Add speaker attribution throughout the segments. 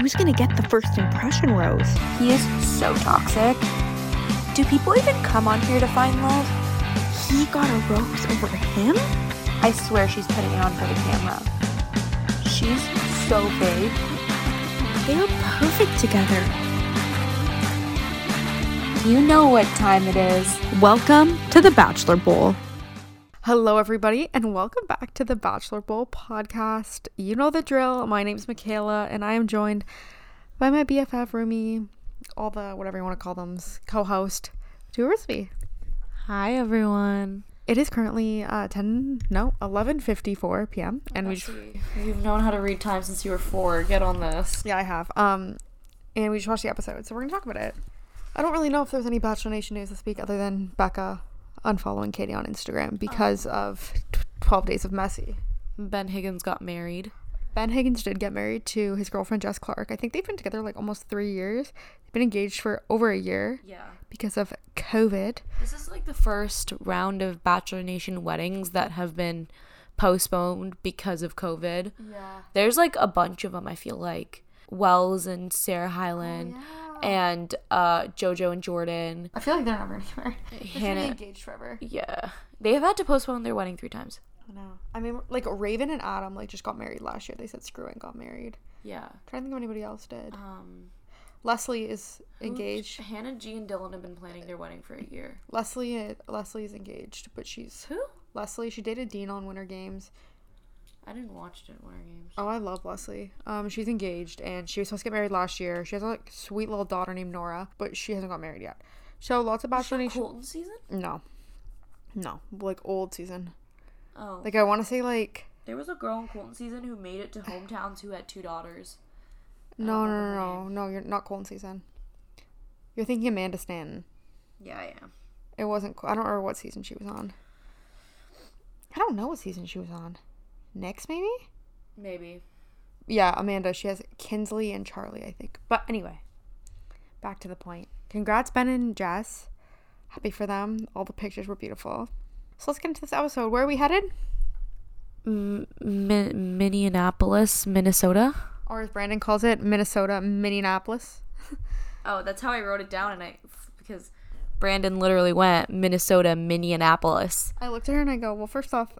Speaker 1: Who's gonna get the first impression rose?
Speaker 2: He is so toxic. Do people even come on here to find love?
Speaker 1: He got a rose over him?
Speaker 2: I swear she's putting it on for the camera. She's so big.
Speaker 1: They're perfect together.
Speaker 2: You know what time it is.
Speaker 1: Welcome to the Bachelor Bowl.
Speaker 3: Hello, everybody, and welcome back to the Bachelor Bowl podcast. You know the drill. My name's Michaela, and I am joined by my BFF roomie, all the whatever you want to call them, co host, Doorsby.
Speaker 4: Hi everyone.
Speaker 3: It is currently uh, 10, no, 11.54 p.m. And we just,
Speaker 4: You've known how to read time since you were four. Get on this.
Speaker 3: yeah, I have. Um, and we just watched the episode, so we're going to talk about it. I don't really know if there's any Bachelor Nation news this week other than Becca unfollowing Katie on Instagram because of t- 12 Days of Messy.
Speaker 4: Ben Higgins got married.
Speaker 3: Ben Higgins did get married to his girlfriend Jess Clark. I think they've been together like almost three years. They've been engaged for over a year
Speaker 4: Yeah.
Speaker 3: because of COVID.
Speaker 4: This is like the first round of Bachelor Nation weddings that have been postponed because of COVID. Yeah. There's like a bunch of them, I feel like. Wells and Sarah Hyland and uh, JoJo and Jordan.
Speaker 3: I feel like they're never gonna get married.
Speaker 4: Hannah.
Speaker 3: engaged forever.
Speaker 4: Yeah. They have had to postpone their wedding three times.
Speaker 3: I know. I mean, like Raven and Adam like just got married last year. They said screw it and got married.
Speaker 4: Yeah.
Speaker 3: I'm trying to think of anybody else did.
Speaker 4: Um,
Speaker 3: Leslie is engaged.
Speaker 4: Hannah G and Dylan have been planning their wedding for a year.
Speaker 3: Leslie i- Leslie is engaged, but she's
Speaker 4: Who?
Speaker 3: Leslie. She dated Dean on Winter Games.
Speaker 4: I didn't watch it at Winter Games.
Speaker 3: Oh, I love Leslie. Um, she's engaged and she was supposed to get married last year. She has a like, sweet little daughter named Nora, but she hasn't got married yet. So lots of Bachelor Nation.
Speaker 4: Colton season?
Speaker 3: No, no, like old season.
Speaker 4: Oh.
Speaker 3: Like I want to say like
Speaker 4: There was a girl in Colton season who made it to hometowns who had two daughters.
Speaker 3: no, no, no, no, no. You're not Colton season. You're thinking Amanda Stanton.
Speaker 4: Yeah, I am.
Speaker 3: It wasn't. I don't remember what season she was on. I don't know what season she was on. Next maybe.
Speaker 4: Maybe.
Speaker 3: Yeah, Amanda. She has Kinsley and Charlie, I think. But anyway, back to the point. Congrats, Ben and Jess. Happy for them. All the pictures were beautiful. So let's get into this episode. Where are we headed?
Speaker 4: M- Min- Minneapolis, Minnesota.
Speaker 3: Or as Brandon calls it, Minnesota, Minneapolis.
Speaker 4: Oh, that's how I wrote it down, and I because Brandon literally went Minnesota, Minneapolis.
Speaker 3: I looked at her and I go, well, first off,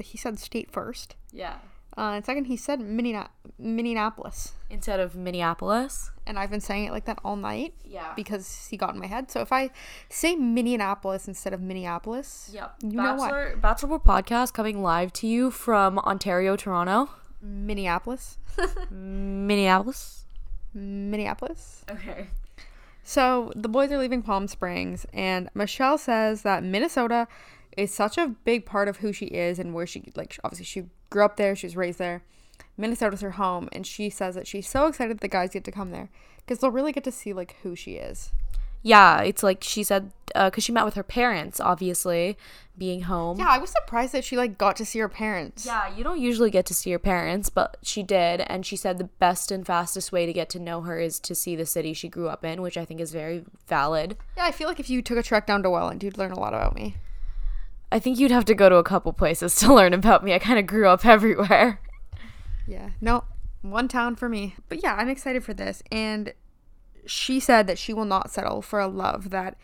Speaker 3: he said state first.
Speaker 4: Yeah.
Speaker 3: Uh, and second, he said Minnea- Minneapolis.
Speaker 4: Instead of Minneapolis.
Speaker 3: And I've been saying it like that all night
Speaker 4: Yeah.
Speaker 3: because he got in my head. So if I say Minneapolis instead of Minneapolis,
Speaker 4: Yep.
Speaker 3: you know what?
Speaker 4: Bachelor, Bachelor World podcast coming live to you from Ontario, Toronto,
Speaker 3: Minneapolis.
Speaker 4: Minneapolis.
Speaker 3: Minneapolis.
Speaker 4: Okay.
Speaker 3: So the boys are leaving Palm Springs, and Michelle says that Minnesota is such a big part of who she is and where she like. Obviously, she grew up there. She was raised there. Minnesota's her home, and she says that she's so excited the guys get to come there because they'll really get to see like who she is.
Speaker 4: Yeah, it's like she said because she met with her parents, obviously, being home.
Speaker 3: Yeah, I was surprised that she like got to see her parents.
Speaker 4: Yeah, you don't usually get to see your parents, but she did, and she said the best and fastest way to get to know her is to see the city she grew up in, which I think is very valid.
Speaker 3: Yeah, I feel like if you took a trek down to Welland, you'd learn a lot about me.
Speaker 4: I think you'd have to go to a couple places to learn about me. I kind of grew up everywhere.
Speaker 3: Yeah. No, one town for me. But yeah, I'm excited for this. And she said that she will not settle for a love that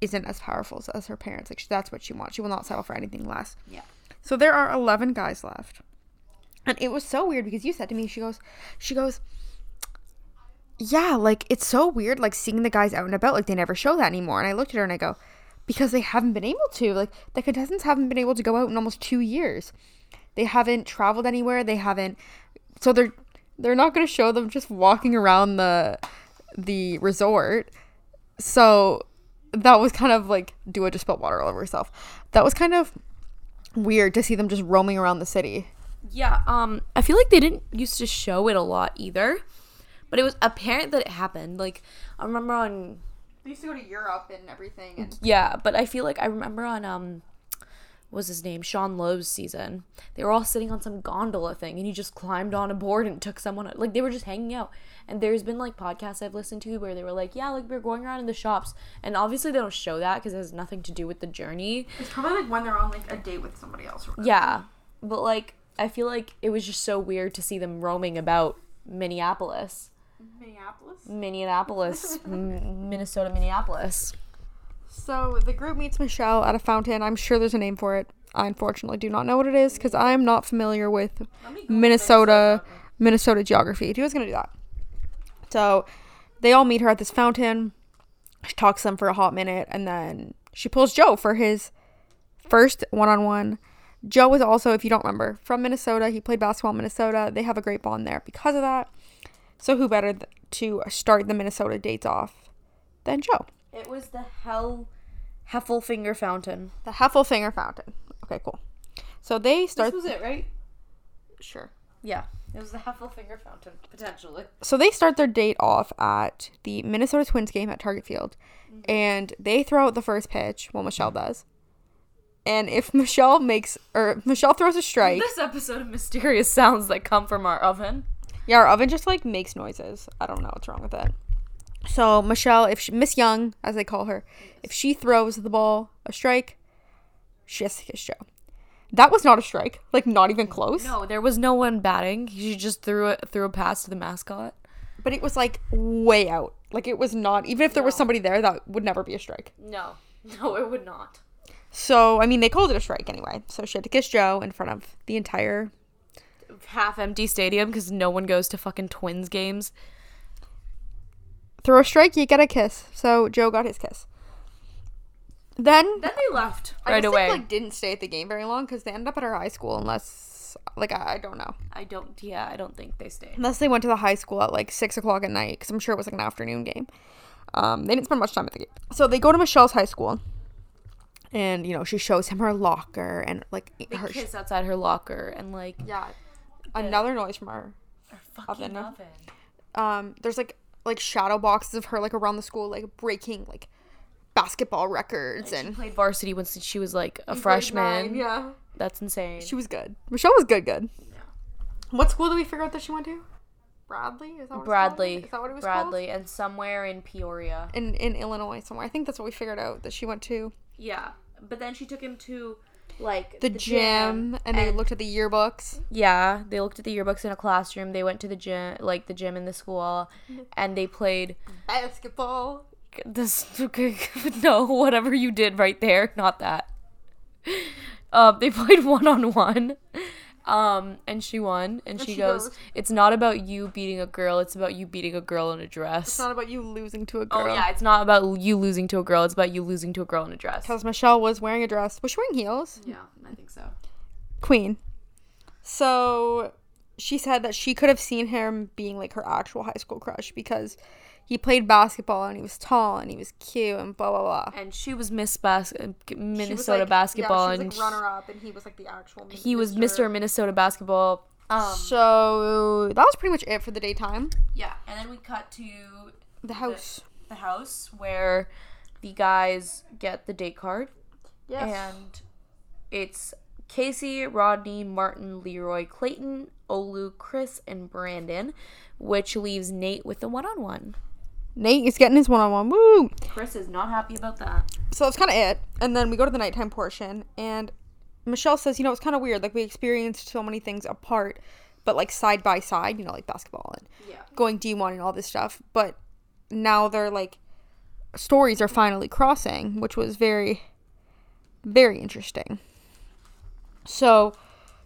Speaker 3: isn't as powerful as, as her parents. Like, she, that's what she wants. She will not settle for anything less. Yeah. So there are 11 guys left. And it was so weird because you said to me, she goes, she goes, yeah, like it's so weird, like seeing the guys out and about, like they never show that anymore. And I looked at her and I go, because they haven't been able to, like the contestants haven't been able to go out in almost two years. They haven't traveled anywhere. They haven't, so they're they're not going to show them just walking around the the resort. So that was kind of like Dua just spilled water all over herself. That was kind of weird to see them just roaming around the city.
Speaker 4: Yeah, um, I feel like they didn't used to show it a lot either, but it was apparent that it happened. Like I remember on
Speaker 3: They used to go to Europe and everything. And
Speaker 4: Yeah, but I feel like I remember on um what was his name? Sean Lowe's season. They were all sitting on some gondola thing and he just climbed on a board and took someone like they were just hanging out. And there's been like podcasts I've listened to where they were like, "Yeah, like we we're going around in the shops." And obviously they don't show that cuz it has nothing to do with the journey.
Speaker 3: it's probably like when they're on like a date with somebody else.
Speaker 4: Yeah. But like I feel like it was just so weird to see them roaming about Minneapolis.
Speaker 3: Minneapolis.
Speaker 4: Minneapolis, M- Minnesota, Minneapolis.
Speaker 3: So the group meets Michelle at a fountain. I'm sure there's a name for it. I unfortunately do not know what it is because I am not familiar with Minnesota Minnesota geography. Who was gonna do that? So they all meet her at this fountain. She talks to them for a hot minute, and then she pulls Joe for his first one-on-one. Joe was also, if you don't remember, from Minnesota. He played basketball in Minnesota. They have a great bond there because of that. So who better th- to start the Minnesota dates off than Joe?
Speaker 4: It was the hell Heffelfinger Fountain.
Speaker 3: The Heffelfinger Fountain. Okay, cool. So they start.
Speaker 4: was it, right?
Speaker 3: sure.
Speaker 4: Yeah, it was the Heffelfinger Fountain potentially.
Speaker 3: So they start their date off at the Minnesota Twins game at Target Field, and they throw out the first pitch. Well, Michelle does, and if Michelle makes or Michelle throws a strike,
Speaker 4: This episode of mysterious sounds that come from our oven.
Speaker 3: yeah, our oven just like makes noises. I don't know what's wrong with it. So Michelle, if she, Miss Young, as they call her, if she throws the ball a strike, she has to kiss Joe. That was not a strike. Like not even close.
Speaker 4: No, there was no one batting. She just threw it threw a pass to the mascot.
Speaker 3: but it was like way out. Like it was not even if there was somebody there, that would never be a strike.
Speaker 4: No, no, it would not.
Speaker 3: So I mean, they called it a strike anyway. So she had to kiss Joe in front of the entire.
Speaker 4: Half empty stadium because no one goes to fucking Twins games.
Speaker 3: Throw a strike, you get a kiss. So Joe got his kiss. Then
Speaker 4: Then they left
Speaker 3: I
Speaker 4: right
Speaker 3: just,
Speaker 4: away.
Speaker 3: Like, like didn't stay at the game very long because they ended up at her high school unless like I, I don't know
Speaker 4: I don't. Yeah, I don't think they stayed.
Speaker 3: unless they went to the high school at like six o'clock at night because I'm sure it was like an afternoon game. Um, they didn't spend much time at the game. So they go to Michelle's high school, and you know she shows him her locker and like her
Speaker 4: Kiss outside her locker and like
Speaker 3: Yeah. Another noise from her.
Speaker 4: fucking oven.
Speaker 3: Um, there's like like shadow boxes of her like around the school, like breaking like basketball records and
Speaker 4: Played varsity once she was like a freshman.
Speaker 3: yeah,
Speaker 4: That's insane.
Speaker 3: she was good. Michelle was good, good. What school did we figure out that she went to? Bradley is that what it's called?
Speaker 4: Bradley.
Speaker 3: Is that what it was
Speaker 4: Bradley and somewhere in Peoria.
Speaker 3: called? In in Illinois somewhere. I think that's what we figured out that she went to
Speaker 4: Yeah, but then she took him to like
Speaker 3: the, gym, and they looked at the yearbooks.
Speaker 4: Yeah, they looked at the yearbooks in a classroom. They went to the gym, like the gym in the school, and they played
Speaker 3: Basketball.
Speaker 4: this. no, whatever you did right there, not that. Um, they played one on one, um, and she won. And, she,
Speaker 3: she
Speaker 4: goes,
Speaker 3: goes-
Speaker 4: "It's not about you beating a girl. It's about you beating a girl in a dress."
Speaker 3: It's not about you losing to a girl.
Speaker 4: Oh yeah, it's not about you losing to a girl. It's about you losing to a girl in a dress.
Speaker 3: Because Michelle was wearing a dress. Was she wearing heels?
Speaker 4: Yeah, I think so.
Speaker 3: Queen. So she said that she could have seen him being like her actual high school crush because he played basketball and he was tall and he was cute and blah blah blah.
Speaker 4: And she was Miss Bas- uh, Minnesota basketball, and
Speaker 3: runner up, and he was like the actual.
Speaker 4: he was Mr. Minnesota basketball. Um,
Speaker 3: So that was pretty much it for the daytime.
Speaker 4: yeah, and then we cut to
Speaker 3: The house.
Speaker 4: the house where the guys get the date card,
Speaker 3: Yes.
Speaker 4: and it's Casey, Rodney, Martin, Leroy, Clayton, Olu, Chris, and Brandon, which leaves Nate with the one-on-one.
Speaker 3: Nate is getting his one on one. Woo!
Speaker 4: Chris is not happy about that.
Speaker 3: so that's kind of it. And then we go to the nighttime portion, and Michelle says, you know, it's kind of weird. Like we experienced so many things apart, but like side by side, you know, like basketball and
Speaker 4: Yeah.
Speaker 3: going D one and all this stuff. But now they're like stories are finally crossing, which was very, very interesting. So,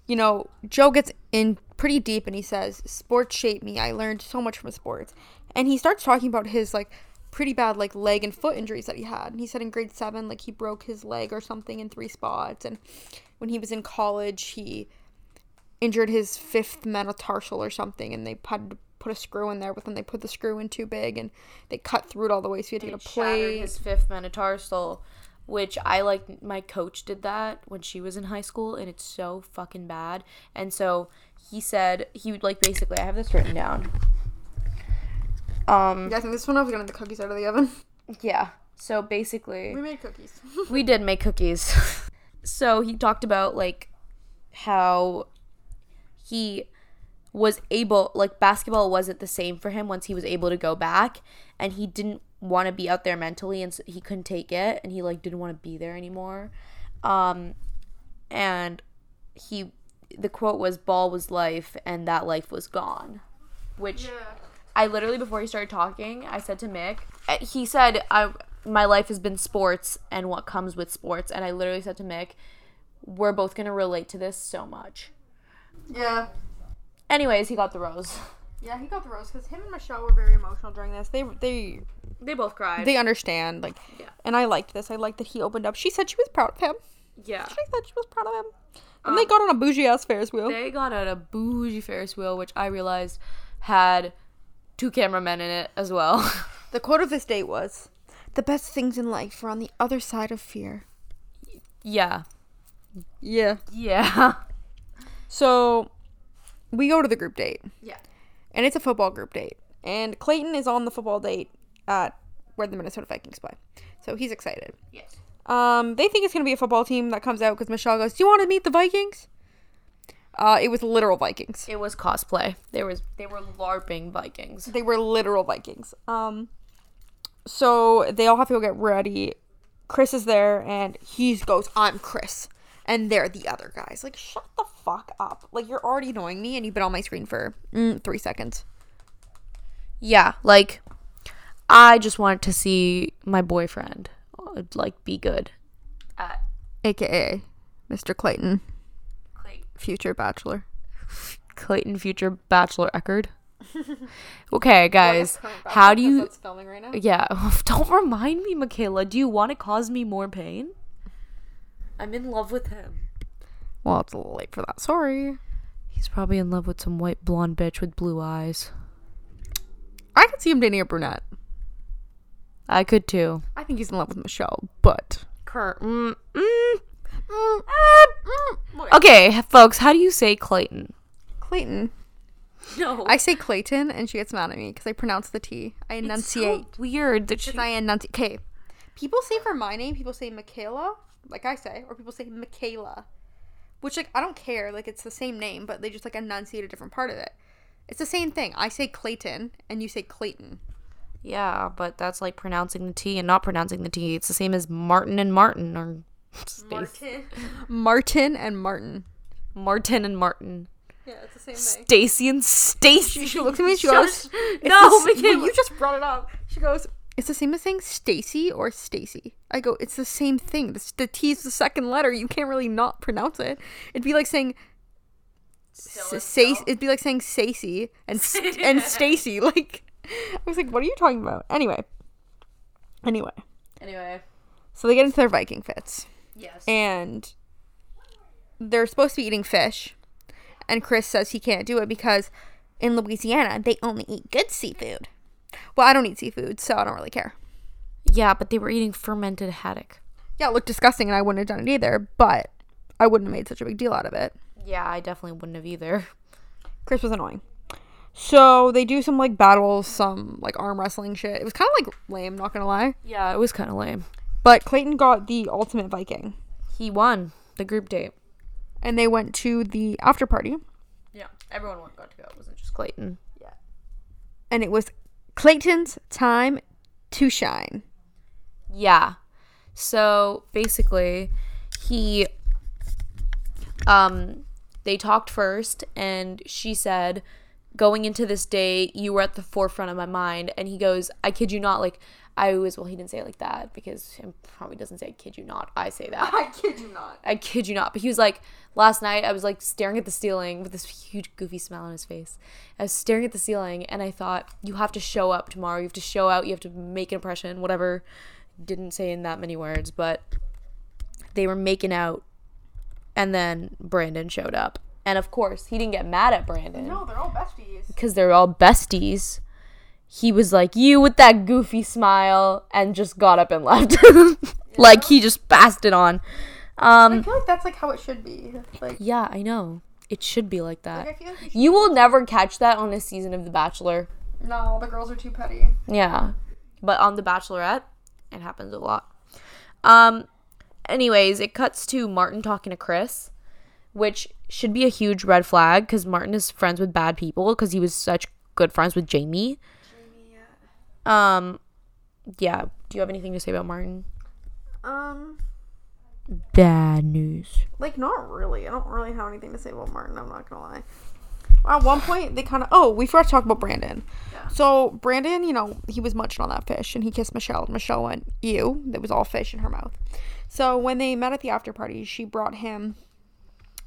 Speaker 3: you know, Joe gets in pretty deep and he says, Sports shaped me. I learned so much from sports. And he starts talking about his like pretty bad like leg and foot injuries that he had. And he said in grade seven, like he broke his leg or something in three spots. And when he was in college, he injured his fifth metatarsal or something and they had to put a screw in there, but then they put the screw in too big and they cut through it all the way so he had to get a
Speaker 4: shattered
Speaker 3: plate.
Speaker 4: his fifth metatarsal, which I like. My coach did that when she was in high school, and it's so fucking bad. And so he said he would like basically. I have this written down. Um.
Speaker 3: yeah, I think this one I was gonna have the cookies out of the oven.
Speaker 4: Yeah. So basically,
Speaker 3: We made cookies.
Speaker 4: we did make cookies. so he talked about like how he was able like basketball wasn't the same for him once he was able to go back and he didn't want to be out there mentally and so he couldn't take it and he like didn't want to be there anymore um and he the quote was ball was life and that life was gone which I literally before he started talking, I said to Mick, uh, he said, I, "My life has been sports and what comes with sports," and I literally said to Mick, "We're both gonna relate to this so much."
Speaker 3: Yeah.
Speaker 4: Anyways, he got the rose.
Speaker 3: Yeah, he got the rose because him and Michelle were very emotional during this. They they
Speaker 4: They both cried.
Speaker 3: they understand like, and I liked this. I liked that he opened up. She said she was proud of him.
Speaker 4: yeah.
Speaker 3: She said she was proud of him. And they got on a bougie ass Ferris wheel.
Speaker 4: They got out a bougie Ferris wheel, which I realized had two cameramen in it as well.
Speaker 3: the quote of this date was, "The best things in life are on the other side of fear."
Speaker 4: yeah.
Speaker 3: Yeah.
Speaker 4: Yeah.
Speaker 3: So we go to the group date.
Speaker 4: Yeah.
Speaker 3: And it's a football group date. And Clayton is on the football date at where the Minnesota Vikings play. So he's excited.
Speaker 4: Yes.
Speaker 3: Um, they think it's going to be a football team that comes out because Michelle goes, Do you want to meet the Vikings? Uh, it was literal Vikings.
Speaker 4: It was cosplay. There was they were LARPing Vikings.
Speaker 3: They were literal Vikings. Um, so they all have to go get ready. Chris is there and he goes, I'm Chris. And they're the other guys. Like, shut the fuck up. Like, you're already annoying me and you've been on my screen for mm, three seconds.
Speaker 4: Yeah, like I just wanted to see my boyfriend uh, like be good. At
Speaker 3: aka Mr. Clayton,
Speaker 4: Clay-
Speaker 3: future bachelor.
Speaker 4: Clayton future bachelor Eckerd. okay, guys. How do you
Speaker 3: filming right now?
Speaker 4: Yeah, don't remind me, Michaela. Do you want to cause me more pain? I'm in love with him.
Speaker 3: Well, it's a little late for that. Sorry.
Speaker 4: He's probably in love with some white blonde bitch with blue eyes.
Speaker 3: I could see him dating a brunette.
Speaker 4: I could too.
Speaker 3: I think he's in love with Michelle, but
Speaker 4: Cur- mm, mm.
Speaker 3: mm,
Speaker 4: Okay, folks, how do you say Clayton?
Speaker 3: Clayton.
Speaker 4: No.
Speaker 3: I say Clayton, and she gets mad at me because I pronounce the T. I enunciate.
Speaker 4: weird that she.
Speaker 3: I enunciate. Okay. People say for my name, people say Michaela, like I say, or people say Michaela, which like I don't care. Like it's the same name, but they just like enunciate a different part of it. It's the same thing. I say Clayton, and you say Clayton.
Speaker 4: Yeah, but that's like pronouncing the T and not pronouncing the T. It's the same as Martin and Martin or Stace-
Speaker 3: Martin and Martin.
Speaker 4: Martin and Martin.
Speaker 3: Yeah, it's the same thing.
Speaker 4: Stacy and Stacy.
Speaker 3: She looks at me. She goes, "It's
Speaker 4: No,
Speaker 3: the s- well,
Speaker 4: Michaela.
Speaker 3: you just brought it up." She goes, "It's the same as saying Stacy or Stacy." I go, "It's the same thing. The, s- the T is the second letter. You can't really not pronounce it. It'd be like saying Stacy. It'd be like saying Stacy and st- and Stacy. Like, I was like, "What are you talking about?" Anyway, anyway.
Speaker 4: Anyway.
Speaker 3: So they get into their Viking fits.
Speaker 4: Yes.
Speaker 3: And they're supposed to be eating fish. And Chris says he can't do it because in Louisiana, they only eat good seafood. Well, I don't eat seafood, so I don't really care.
Speaker 4: Yeah, but they were eating fermented haddock.
Speaker 3: Yeah, it looked disgusting and I wouldn't have done it either, but I wouldn't have made such a big deal out of it.
Speaker 4: Yeah, I definitely wouldn't have either.
Speaker 3: Chris was annoying. So they do some like battles, some like arm wrestling shit. It was kind of like lame, not gonna lie.
Speaker 4: Yeah, it was kind of lame.
Speaker 3: But Clayton got the ultimate Viking
Speaker 4: He won the group date.
Speaker 3: and they went to the after party
Speaker 4: Yeah, everyone got to go. It wasn't just Clayton.
Speaker 3: and it was Clayton's time to shine.
Speaker 4: Yeah. So basically, he, um, they talked first, and she said, "Going into this day, you were at the forefront of my mind." And he goes, "I kid you not, like." I was well. He didn't say it like that because he probably doesn't say "I kid you not." I say that. I kid you not. I kid you not. But he was like, last night I was like staring at the ceiling with this huge goofy smile on his face. I was staring at the ceiling and I thought, you have to show up tomorrow. You have to show out. You have to make an impression. Whatever didn't say in that many words, but they were making out, and then Brandon showed up, and of course he didn't get mad at Brandon.
Speaker 3: Oh,
Speaker 4: No, they're all besties. Because they're all besties. He was like you with that goofy smile, and just got up and left. Like he just passed it on. Um,
Speaker 3: feel like that's like how it should be. Like
Speaker 4: yeah, I know. It should be like that.
Speaker 3: I feel like
Speaker 4: you will never catch that on a season of The Bachelor.
Speaker 3: no, the girls are too petty.
Speaker 4: Yeah. But on The Bachelorette, it happens a lot. Um anyways, it cuts to Martin talking to Chris, which should be a huge red flag cuz Martin is friends with bad people cuz he was such good friends with Jamie. Jamie, yeah. Um yeah, do you have anything to say about Martin?
Speaker 3: Um,
Speaker 4: Bad news.
Speaker 3: like not really. I don't really have anything to say about Martin. I'm not gonna lie. at one point they kind of oh we forgot to talk about brandon so brandon you know he was munching on that fish and he kissed michelle and michelle went ew that was all fish in her mouth so when they met at the after party she brought him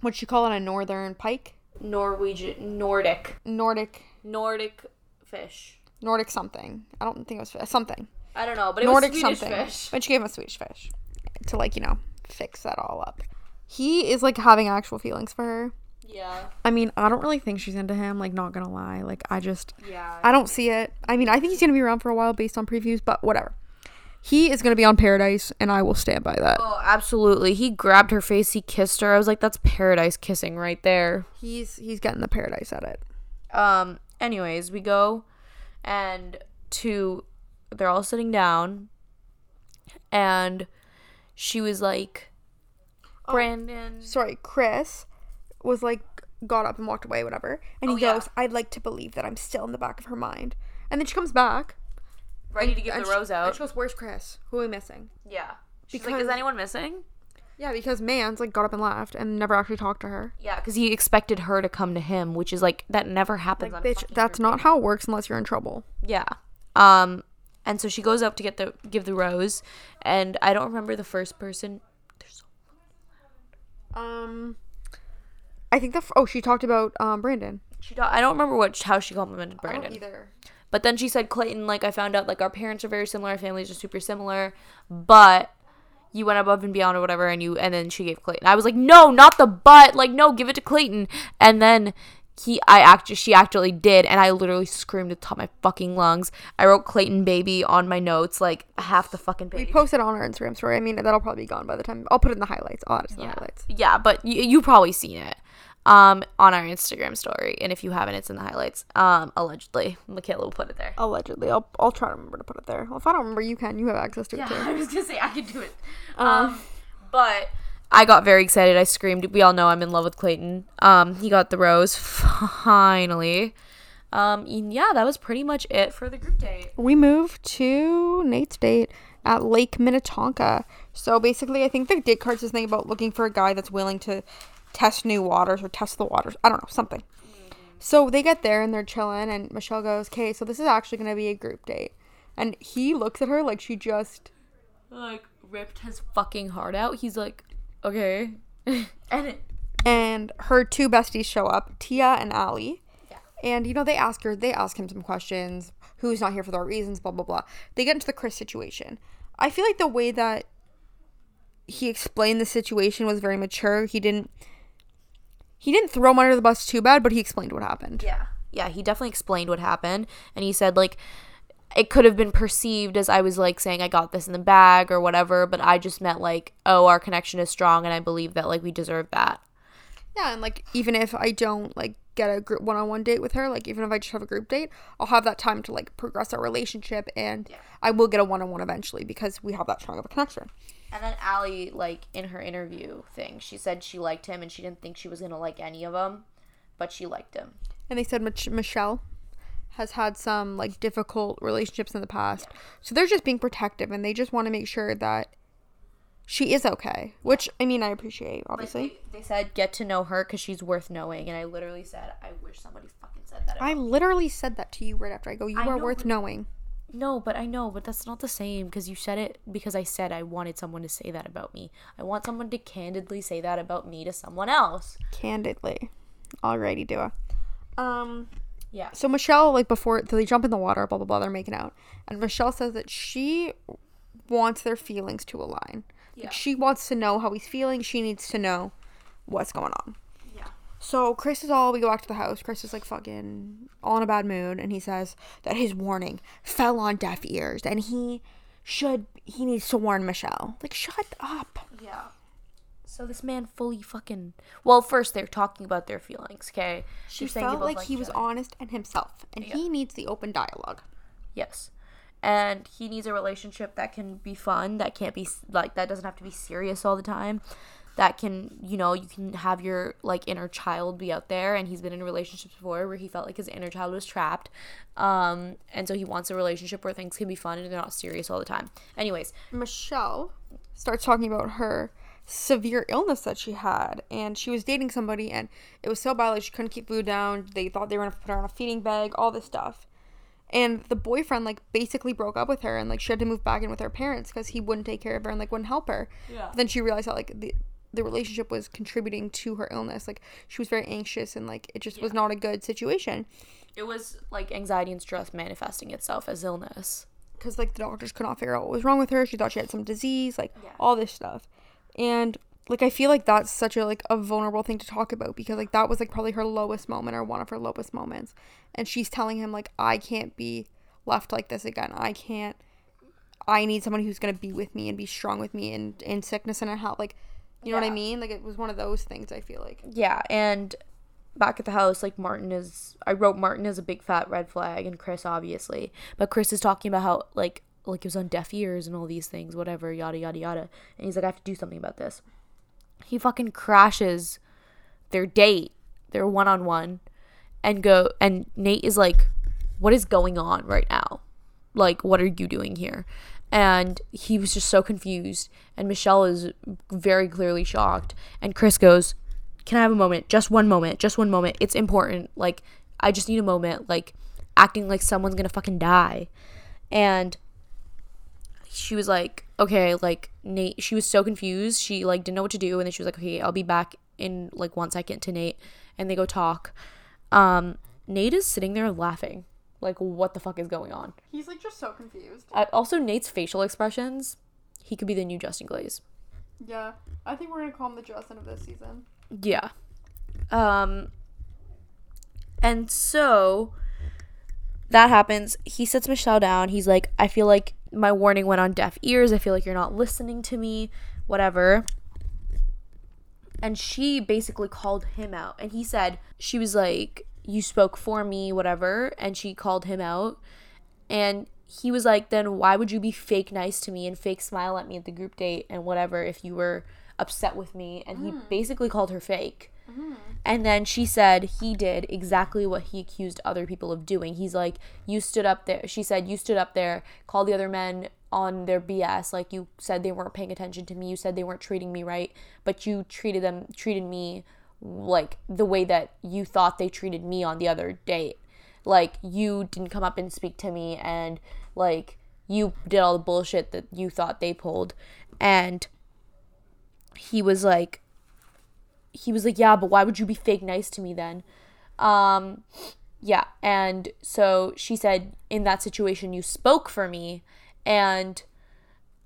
Speaker 3: what she call it a northern pike
Speaker 4: Norwegian, Nordic,
Speaker 3: nordic
Speaker 4: Nordic fish.
Speaker 3: nordic something i don't think it was fi- something
Speaker 4: I don't know, but it
Speaker 3: nordic
Speaker 4: was Swedish
Speaker 3: something
Speaker 4: fish.
Speaker 3: but she gave him a swedish fish to like you know fix that all up he is like having actual feelings for her
Speaker 4: Yeah,
Speaker 3: I mean, I don't really think she's into him, like, not gonna lie. Like, I just,
Speaker 4: yeah.
Speaker 3: I don't see it. I mean, I think he's gonna be around for a while based on previews, but whatever. He is gonna be on Paradise, and I will stand by that.
Speaker 4: Oh, absolutely. He grabbed her face. He kissed her. I was like, that's paradise kissing right there.
Speaker 3: He's he's getting the Paradise edit.
Speaker 4: Um. Anyways, we go, and to, they're all sitting down, and she was like, Oh, Brandon.
Speaker 3: Sorry, Chris was like, got up and walked away, whatever. And he
Speaker 4: Oh, yeah.
Speaker 3: goes, I'd like to believe that I'm still in the back of her mind. And then she comes back.
Speaker 4: ready to give
Speaker 3: and
Speaker 4: the
Speaker 3: she-
Speaker 4: rose
Speaker 3: And
Speaker 4: out.
Speaker 3: she goes, Where's Chris? Who are we missing?
Speaker 4: yeah. She's like,
Speaker 3: Because-
Speaker 4: is anyone missing?
Speaker 3: Yeah, because Mans, like, got up and left and never actually talked to her.
Speaker 4: Yeah, because he expected her to come to him, which is like that never happens. on a
Speaker 3: Bitch, that's not how it works unless you're in trouble.
Speaker 4: Yeah. Um and so she goes up to get the give the rose and I don't remember the first person.
Speaker 3: Um, I think the f- oh she talked about um Brandon.
Speaker 4: She do- I don't remember what how she complimented Brandon.
Speaker 3: either.
Speaker 4: But then she said Clayton like I found out like our parents are very similar, our families are super similar, but you went above and beyond or whatever and you and then she gave Clayton. I was like, "No, not the but. Like no, give it to Clayton." And then he I actually she actually did and I literally screamed at the top of my fucking lungs. I wrote Clayton baby on my notes like half the fucking page.
Speaker 3: We posted on our Instagram story. I mean that'll probably be gone by the time. I'll put it in the highlights. I'll add it to the highlights.
Speaker 4: Yeah, but you, you probably seen it um on our Instagram story, and if you haven't, it's in the highlights. Um, allegedly, Michaela will put it there.
Speaker 3: Allegedly, I'll I'll try to remember to put it there. Well, if I don't remember, you can. You have access to it too.
Speaker 4: was gonna say I could do it. Um, but I got very excited. I screamed. We all know I'm in love with Clayton. Um, he got the rose finally. Um, and yeah, that was pretty much it for the group date.
Speaker 3: We move to Nate's date at Lake Minnetonka. So basically, I think the date card's this thing about looking for a guy that's willing to test new waters or test the waters. I don't know, something. So they get there and they're chilling, and Michelle goes, Okay, so this is actually going to be a group date. And he looks at her like she just.
Speaker 4: Like ripped his fucking heart out. He's like, okay, and it,
Speaker 3: And her two besties show up, Tia and Allie. And you know, they ask her, they ask him some questions, who's not here for the right reasons, blah, blah, blah. They get into the Chris situation. I feel like the way that he explained the situation was very mature. He didn't he didn't throw him under the bus too bad, but he explained what happened.
Speaker 4: Yeah. Yeah, he definitely explained what happened. And he said, like, it could have been perceived as I was, like, saying I got this in the bag or whatever, but I just meant, like, oh, our connection is strong and I believe that, like, we deserve that.
Speaker 3: Yeah, and like even if I don't like get a group one-on-one date with her, like even if I just have a group date, I'll have that time to like progress our relationship and I will get a one-on-one eventually because we have that strong of a connection.
Speaker 4: And then Allie, like, in her interview thing, she said she liked him and she didn't think she was going to like any of them, but she liked him.
Speaker 3: and they said Mich- Michelle has had some like difficult relationships in the past. So they're just being protective and they just want to make sure that she is okay, which I mean, I appreciate, obviously.
Speaker 4: They said, get to know her because she's worth knowing. And I literally said, I wish somebody fucking said that.
Speaker 3: I literally said that to you right after I go, You are
Speaker 4: know,
Speaker 3: worth
Speaker 4: but-
Speaker 3: knowing.
Speaker 4: No, but I know, but that's not the same because you said it because I said I wanted someone to say that about me. I want someone to candidly say that about me to someone else.
Speaker 3: Candidly. Alrighty, Dua. Um,
Speaker 4: Yeah.
Speaker 3: So Michelle, like before they jump in the water, blah blah blah, they're making out, and Michelle says that she wants their feelings to align. Like she wants to know how he's feeling. She needs to know what's going on.
Speaker 4: Yeah.
Speaker 3: So Chris is all we go back to the house. Chris is like fucking all in a bad mood, and he says that his warning fell on deaf ears, and he should he needs to warn Michelle. Like shut up.
Speaker 4: Yeah. So this man fully fucking. Well, first they're talking about their feelings, okay?
Speaker 3: She felt like he was honest and himself, and he needs the open dialogue.
Speaker 4: Yes. And he needs a relationship that can be fun, that can't be s- like that doesn't have to be serious all the time. That can, you know, you can have your like inner child be out there and he's been in relationships before where he felt like his inner child was trapped. Um and so he wants a relationship where things can be fun and they're not serious all the time. Anyways,
Speaker 3: Michelle starts talking about her severe illness that she had. And she was dating somebody, and it was so bad, like, she couldn't keep food down. They thought they were going to put her on a feeding bag, all this stuff. And the boyfriend, like, basically broke up with her, and, like, she had to move back in with her parents because he wouldn't take care of her and, like, wouldn't help her. Yeah. But then she realized that, like, the, the relationship was contributing to her illness. Like, she was very anxious, and, like, it just was not a good situation.
Speaker 4: It was like anxiety and stress manifesting itself as illness.
Speaker 3: because like the doctors could not figure out what was wrong with her. She thought she had some disease, like all this stuff. And like I feel like that's such a like a vulnerable thing to talk about because like that was like probably her lowest moment or one of her lowest moments. And she's telling him like I can't be left like this again. I can't I need someone who's gonna be with me and be strong with me in, in sickness and in health. Like you know what I mean? Like it was one of those things I feel like.
Speaker 4: Yeah, and back at the house, like Martin is. I wrote Martin as a big fat red flag, and Chris obviously, but Chris is talking about how like like it was on deaf ears and all these things, whatever, yada yada yada, and he's like, I have to do something about this. He fucking crashes their date, their one on one, and go and Nate is like, what is going on right now? Like, what are you doing here? And he was just so confused. And Michelle is very clearly shocked. And Chris goes, Can I have a moment? Just one moment. Just one moment. It's important. Like, I just need a moment. Like, acting like someone's gonna fucking die. And she was like, okay, like Nate, she was so confused. She like didn't know what to do. And then she was like, okay, I'll be back in like one second to Nate. And they go talk. Um, Nate is sitting there laughing. Like, what the fuck is going on?
Speaker 3: He's like just so confused.
Speaker 4: Uh, also, Nate's facial expressions, he could be the new Justin Glaze.
Speaker 3: Yeah. I think we're gonna call him the Justin of this season.
Speaker 4: Yeah. Um and so that happens. He sits Michelle down. He's like, I feel like my warning went on deaf ears. I feel like you're not listening to me, whatever. And she basically called him out. And he said, She was like, You spoke for me, whatever. And she called him out. And he was like, Then why would you be fake nice to me and fake smile at me at the group date and whatever if you were upset with me? And he basically called her fake. And then she said he did exactly what he accused other people of doing. He's like, you stood up there. She said, you stood up there, called the other men on their BS. Like you said they weren't paying attention to me. You said they weren't treating me right, but you treated them, treated me like the way that you thought they treated me on the other date. Like you didn't come up and speak to me, and like you did all the bullshit that you thought they pulled. And he was like, he was like, "Yeah, but why would you be fake nice to me then?" Um, yeah, and so she said, "In that situation, you spoke for me, and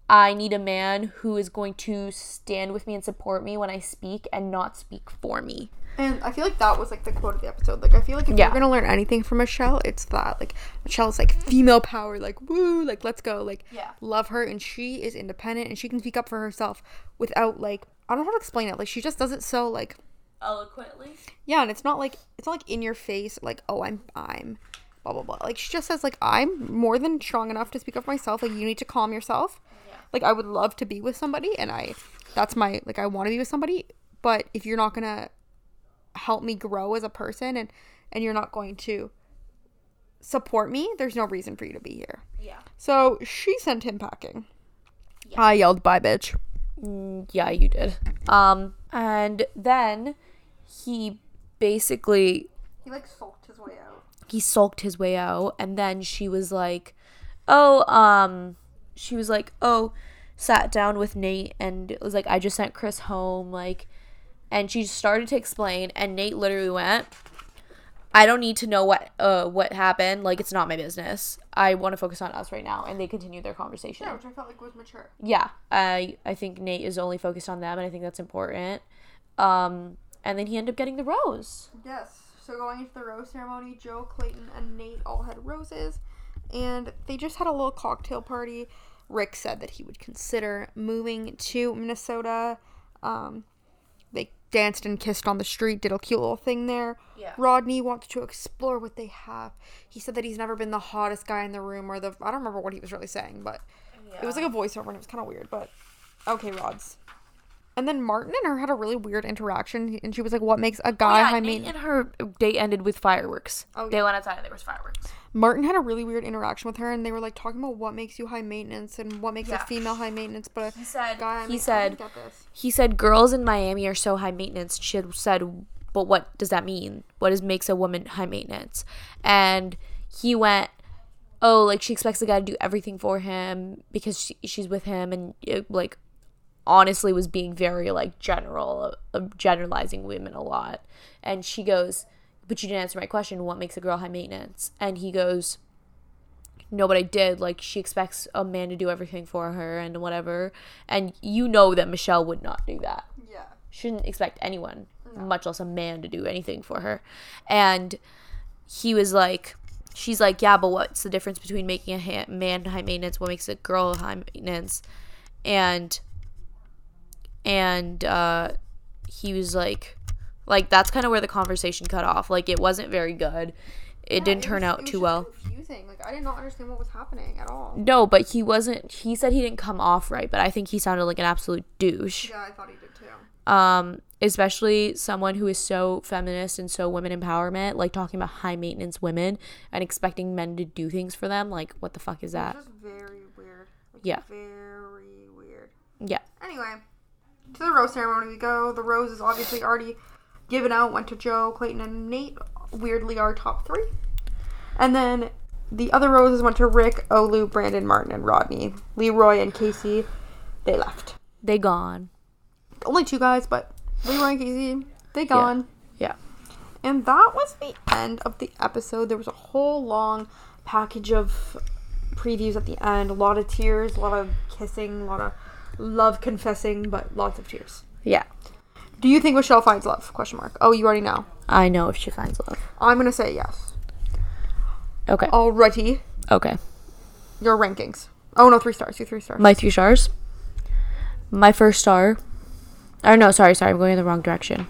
Speaker 4: I need a man who is going to stand with me and support me when I speak, and not speak for me."
Speaker 3: And I feel like that was like the quote of the episode. Like I feel like if
Speaker 4: Yeah.
Speaker 3: we're gonna learn anything from Michelle, it's that. Like Michelle's like female power, like woo, like let's go, like yeah. love her, and she is independent and she can speak up for herself without like I don't know how to explain it. Like she just does it so like
Speaker 4: Eloquently.
Speaker 3: yeah, and it's not like it's not like in your face, like oh I'm I'm blah blah blah. Like she just says like I'm more than strong enough to speak up for myself. Like you need to calm yourself. Like I would love to be with somebody, and I that's my like I want to be with somebody, but if you're not gonna help me grow as a person and and you're not going to support me, there's no reason for you to be here.
Speaker 4: Yeah.
Speaker 3: So she sent him packing. I yelled, "Bye, bitch."
Speaker 4: yeah, you did. Um, and then he basically
Speaker 3: He like sulked his way out.
Speaker 4: he sulked his way out and then she was like oh um she was like oh sat down with nate and it was like i just sent chris home like and she started to explain and nate literally went i don't need to know what uh what happened like it's not my business i want to focus on us right now and they continued their conversation
Speaker 3: Which I felt like was mature.
Speaker 4: yeah i i think nate is only focused on them and i think that's important um and then he ended up getting the rose
Speaker 3: Yes. So going into the rose ceremony, Joe, Clayton, and Nate all had roses, and they just had a little cocktail party. Rick said that he would consider moving to Minnesota. Um, they danced and kissed on the street, did a cute little thing there. Yeah. Rodney wanted to explore what they have. He said that he's never been the hottest guy in the room or the I don't remember what he was really saying, but it was like a voiceover and it was kind of weird. But okay, Rods, And then Martin and her had a really weird interaction, and she was like, "What makes a guy
Speaker 4: Oh, Yeah,
Speaker 3: high
Speaker 4: Nate
Speaker 3: maintenance?"
Speaker 4: and her date ended with fireworks. Oh, They went outside and there was fireworks.
Speaker 3: Martin had a really weird interaction with her, and they were like talking about what makes you high maintenance and what makes a female high maintenance. But he
Speaker 4: said-
Speaker 3: guy,
Speaker 4: he
Speaker 3: I'm like, I don't
Speaker 4: said-
Speaker 3: get this.
Speaker 4: He said girls in Miami are so high maintenance. She had said, but what does that mean? What is makes a woman high maintenance? And he went, oh, like she expects the guy to do everything for him because she, she's with him, and it, like honestly was being very like general, uh, generalizing women a lot. And she goes, but you didn't answer my question. What makes a girl high maintenance? And he goes, no, but I did. Like, she expects a man to do everything for her and whatever. And you know that Michelle would not do that. Yeah. Shouldn't expect anyone, much less a man, to do anything for her. And he was like, she's like, yeah, but what's the difference between making a ha- man high maintenance? What makes a girl high maintenance? And, and, uh, he was like, like, that's kind of where the conversation cut off. Like, it wasn't very good. It didn't turn out
Speaker 3: It was
Speaker 4: too
Speaker 3: just
Speaker 4: well. Mm.
Speaker 3: Confusing. Like I did not understand what was happening at all.
Speaker 4: No, but he wasn't. He said he didn't come off right, but I think he sounded like an absolute douche.
Speaker 3: Yeah, I thought he did too.
Speaker 4: Um, especially someone who is so feminist and so women empowerment, like talking about high maintenance women and expecting men to do things for them. Like, what the fuck is that?
Speaker 3: Just very weird. Like,
Speaker 4: Yeah.
Speaker 3: Very weird.
Speaker 4: Yeah.
Speaker 3: Anyway, to the rose ceremony we go. The rose is obviously already given out. Went to Joe, Clayton, and Nate. Weirdly, our top three. And then the other roses went to Rick, Olu, Brandon, Martin, and Rodney. Leroy and Casey, they left.
Speaker 4: They gone.
Speaker 3: Only two guys, but Leroy and Casey, they gone.
Speaker 4: Yeah.
Speaker 3: And that was the end of the episode. There was a whole long package of previews at the end. A lot of tears, a lot of kissing, a lot of love confessing, but lots of tears.
Speaker 4: Yeah.
Speaker 3: Do you think Michelle finds love? Question mark. Oh, you already know.
Speaker 4: I know if she finds love.
Speaker 3: I'm gonna say yes.
Speaker 4: Okay.
Speaker 3: Already,
Speaker 4: Okay.
Speaker 3: your rankings. Oh no, three stars. You three stars.
Speaker 4: My three stars. My first star. Or no, sorry, sorry. I'm going in the wrong direction.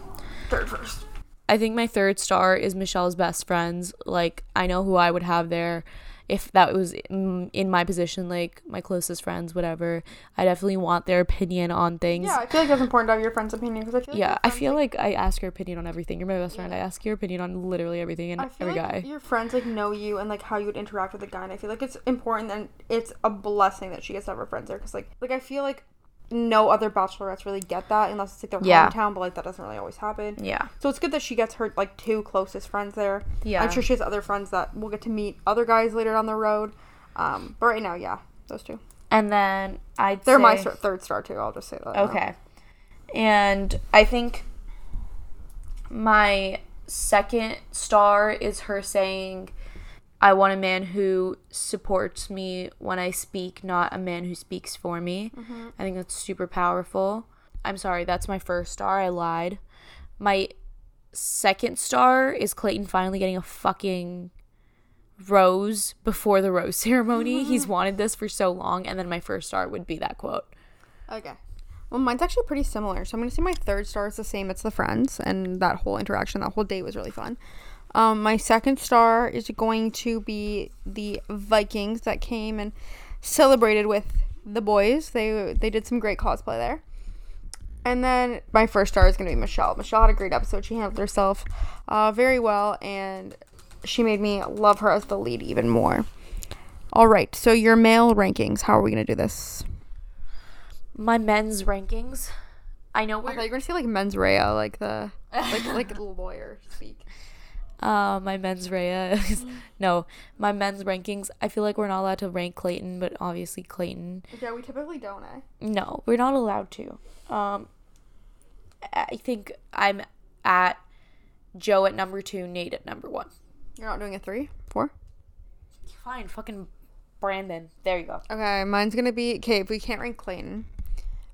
Speaker 3: Third first.
Speaker 4: I think my third star is Michelle's best friends. Like, I know who I would have there if that was in, in my position, like my closest friends, whatever. I definitely want their opinion on things.
Speaker 3: Yeah, I feel like that's important to have your friend's opinion because I feel like
Speaker 4: Yeah,
Speaker 3: your
Speaker 4: I
Speaker 3: friends,
Speaker 4: feel
Speaker 3: like,
Speaker 4: like I ask your opinion on everything. You're my best friend. I ask your opinion on literally everything and
Speaker 3: I feel
Speaker 4: every
Speaker 3: like
Speaker 4: guy.
Speaker 3: your friends like know you and like how you would interact with a guy, and I feel like it's important and it's a blessing that she gets to have her friends there because like like I feel like no other bachelorettes really get that unless it's like their
Speaker 4: Yeah.
Speaker 3: hometown, but like that doesn't really always happen.
Speaker 4: Yeah.
Speaker 3: So it's good that she gets her like two closest friends there.
Speaker 4: Yeah.
Speaker 3: I'm sure she has other friends that will get to meet other guys later on the road. Um, but right now, yeah, those two.
Speaker 4: And then I.
Speaker 3: They're my st- third star too. I'll just say that. now.
Speaker 4: Okay. And I think my second star is her saying, I want a man who supports me when I speak, not a man who speaks for me. I think that's super powerful. I'm sorry, that's my first star. I lied. My second star is Clayton finally getting a fucking rose before the rose ceremony. He's wanted this for so long. And then my first star would be that quote.
Speaker 3: Okay. Well, mine's actually pretty similar. So I'm going to say my third star is the same. It's the friends. And that whole interaction, that whole date was really fun. Um, my second star is going to be the Vikings that came and celebrated with the boys. They they did some great cosplay there. And then my first star is going to be Michelle. Michelle had a great episode. She handled herself uh, very well, and she made me love her as the lead even more. All right. So your male rankings. How are we going to do this?
Speaker 4: my men's rankings. I know
Speaker 3: I thought you
Speaker 4: we're
Speaker 3: were gonna say like mens rea, like the like like lawyer speak.
Speaker 4: uh, my men's Rhea is no my men's rankings. I feel like we're not allowed to rank Clayton, but obviously Clayton.
Speaker 3: Yeah, we typically don't. Eh?
Speaker 4: No, we're not allowed to. Um, I think I'm at Joe at number two, Nate at number one.
Speaker 3: You're not doing a three, four.
Speaker 4: Fine, fucking Brandon. There you go.
Speaker 3: Okay, mine's gonna be okay. If we can't rank Clayton,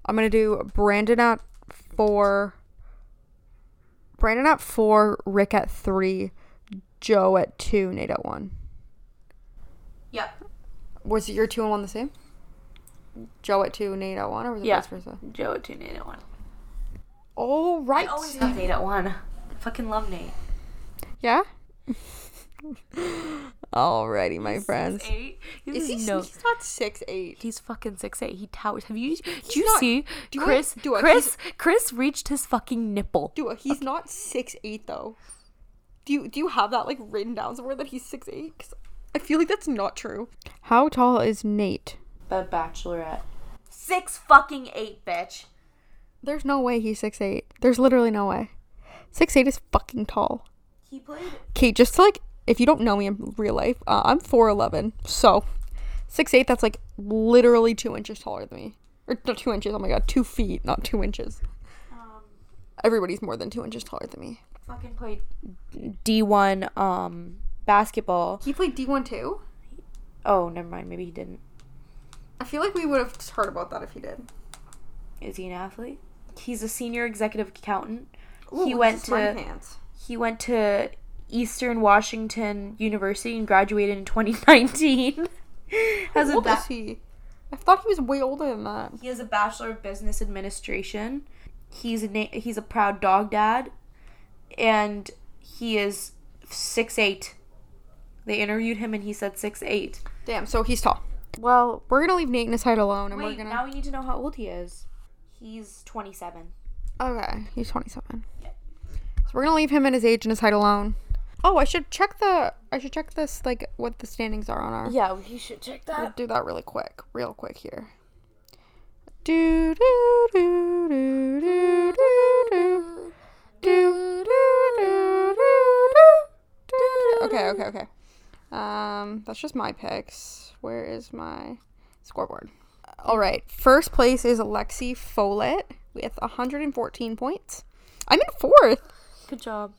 Speaker 3: I'm gonna do Brandon at four. Brandon at four, Rick at three, Joe at two, Nate at one.
Speaker 4: Yeah,
Speaker 3: Was your two and one the same? Joe at two, Nate at one, or was it
Speaker 4: Yeah.
Speaker 3: vice versa?
Speaker 4: Joe at two, Nate at one.
Speaker 3: All right.
Speaker 4: have Nate at one. Fucking love Nate.
Speaker 3: Yeah.
Speaker 5: Alrighty, my friends.
Speaker 4: Eight.
Speaker 3: Is he?
Speaker 4: no.
Speaker 3: He's not six eight.
Speaker 4: He's fucking six eight. He towers. Have you? do you
Speaker 3: not-
Speaker 4: see?
Speaker 3: do I-
Speaker 4: Chris.
Speaker 3: do I-
Speaker 4: Chris. Chris reached his fucking nipple.
Speaker 3: Do uh, he's not six eight though. Do you do you have that like written down somewhere that he's six eight? Cause I feel like that's not true. How tall is Nate?
Speaker 4: The Bachelorette. Six fucking eight, bitch.
Speaker 3: There's no way he's six eight. There's literally no way. Six eight is fucking tall.
Speaker 4: He played.
Speaker 3: Okay, just to, like if you don't know me in real life, uh, I'm four eleven. So six eight, that's like literally two inches taller than me. Or not two inches. Oh my god, two feet, not two inches. Everybody's more than two inches taller than me.
Speaker 4: um, Fucking played. D one um basketball.
Speaker 3: He played D one too.
Speaker 4: Oh, never mind. Maybe he didn't.
Speaker 3: I feel like we would have heard about that if he did.
Speaker 4: Is he an athlete? He's a senior executive accountant. he went to.
Speaker 3: pants.
Speaker 4: He went to Eastern Washington University and graduated in 2019. Has
Speaker 3: How
Speaker 4: a
Speaker 3: old
Speaker 4: ba-
Speaker 3: is he? I thought he was way older than that.
Speaker 4: he has a bachelor of business administration. He's a na- he's a proud dog dad, and he is six eight. They interviewed him and he said six eight.
Speaker 3: Damn, so he's tall. Well, we're gonna leave Nate and his height alone, and
Speaker 4: Wait,
Speaker 3: we're gonna.
Speaker 4: now we need to know how old he is. He's twenty seven.
Speaker 3: Okay, he's 27. So we're gonna leave him and his age and his height alone. Oh, I should check the. I should check this, like, what the standings are on our.
Speaker 4: Yeah, he should check that.
Speaker 3: We'll do that really quick, real quick here. Do do do do do do do do do do do do. Okay, okay, okay. Um, that's just my picks. Where is my scoreboard? All right, first place is Alexi Follett with 114 points. I'm in fourth.
Speaker 4: Good job.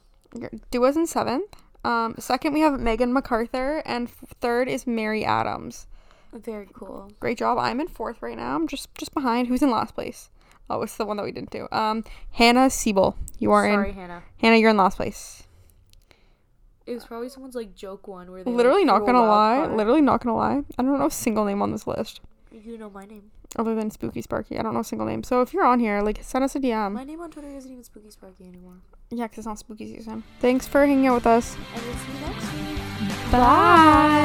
Speaker 3: Dua's in seventh. Um, second we have Megan MacArthur, and f- third is Mary Adams.
Speaker 4: Very cool.
Speaker 3: Great job. I'm in fourth right now. I'm just just behind. Who's in last place? Oh, it's the one that we didn't do. Um, Hannah Siebel. You are
Speaker 4: Sorry,
Speaker 3: in.
Speaker 4: Hannah.
Speaker 3: Hannah, you're in last place.
Speaker 4: It was probably someone's like joke one where they
Speaker 3: literally
Speaker 4: like,
Speaker 3: not
Speaker 4: threw a
Speaker 3: gonna lie.
Speaker 4: wild card.
Speaker 3: Literally not gonna lie. I don't know a single name on this list
Speaker 4: You know my name.
Speaker 3: other than Spooky Sparky. I don't know a single name. So if you're on here, like send us a DM.
Speaker 4: My name on Twitter isn't even Spooky Sparky anymore.
Speaker 3: Yeah, 'cause it's not spooky season. Thanks for hanging out with us.
Speaker 4: And we'll see you next week.
Speaker 3: Bye.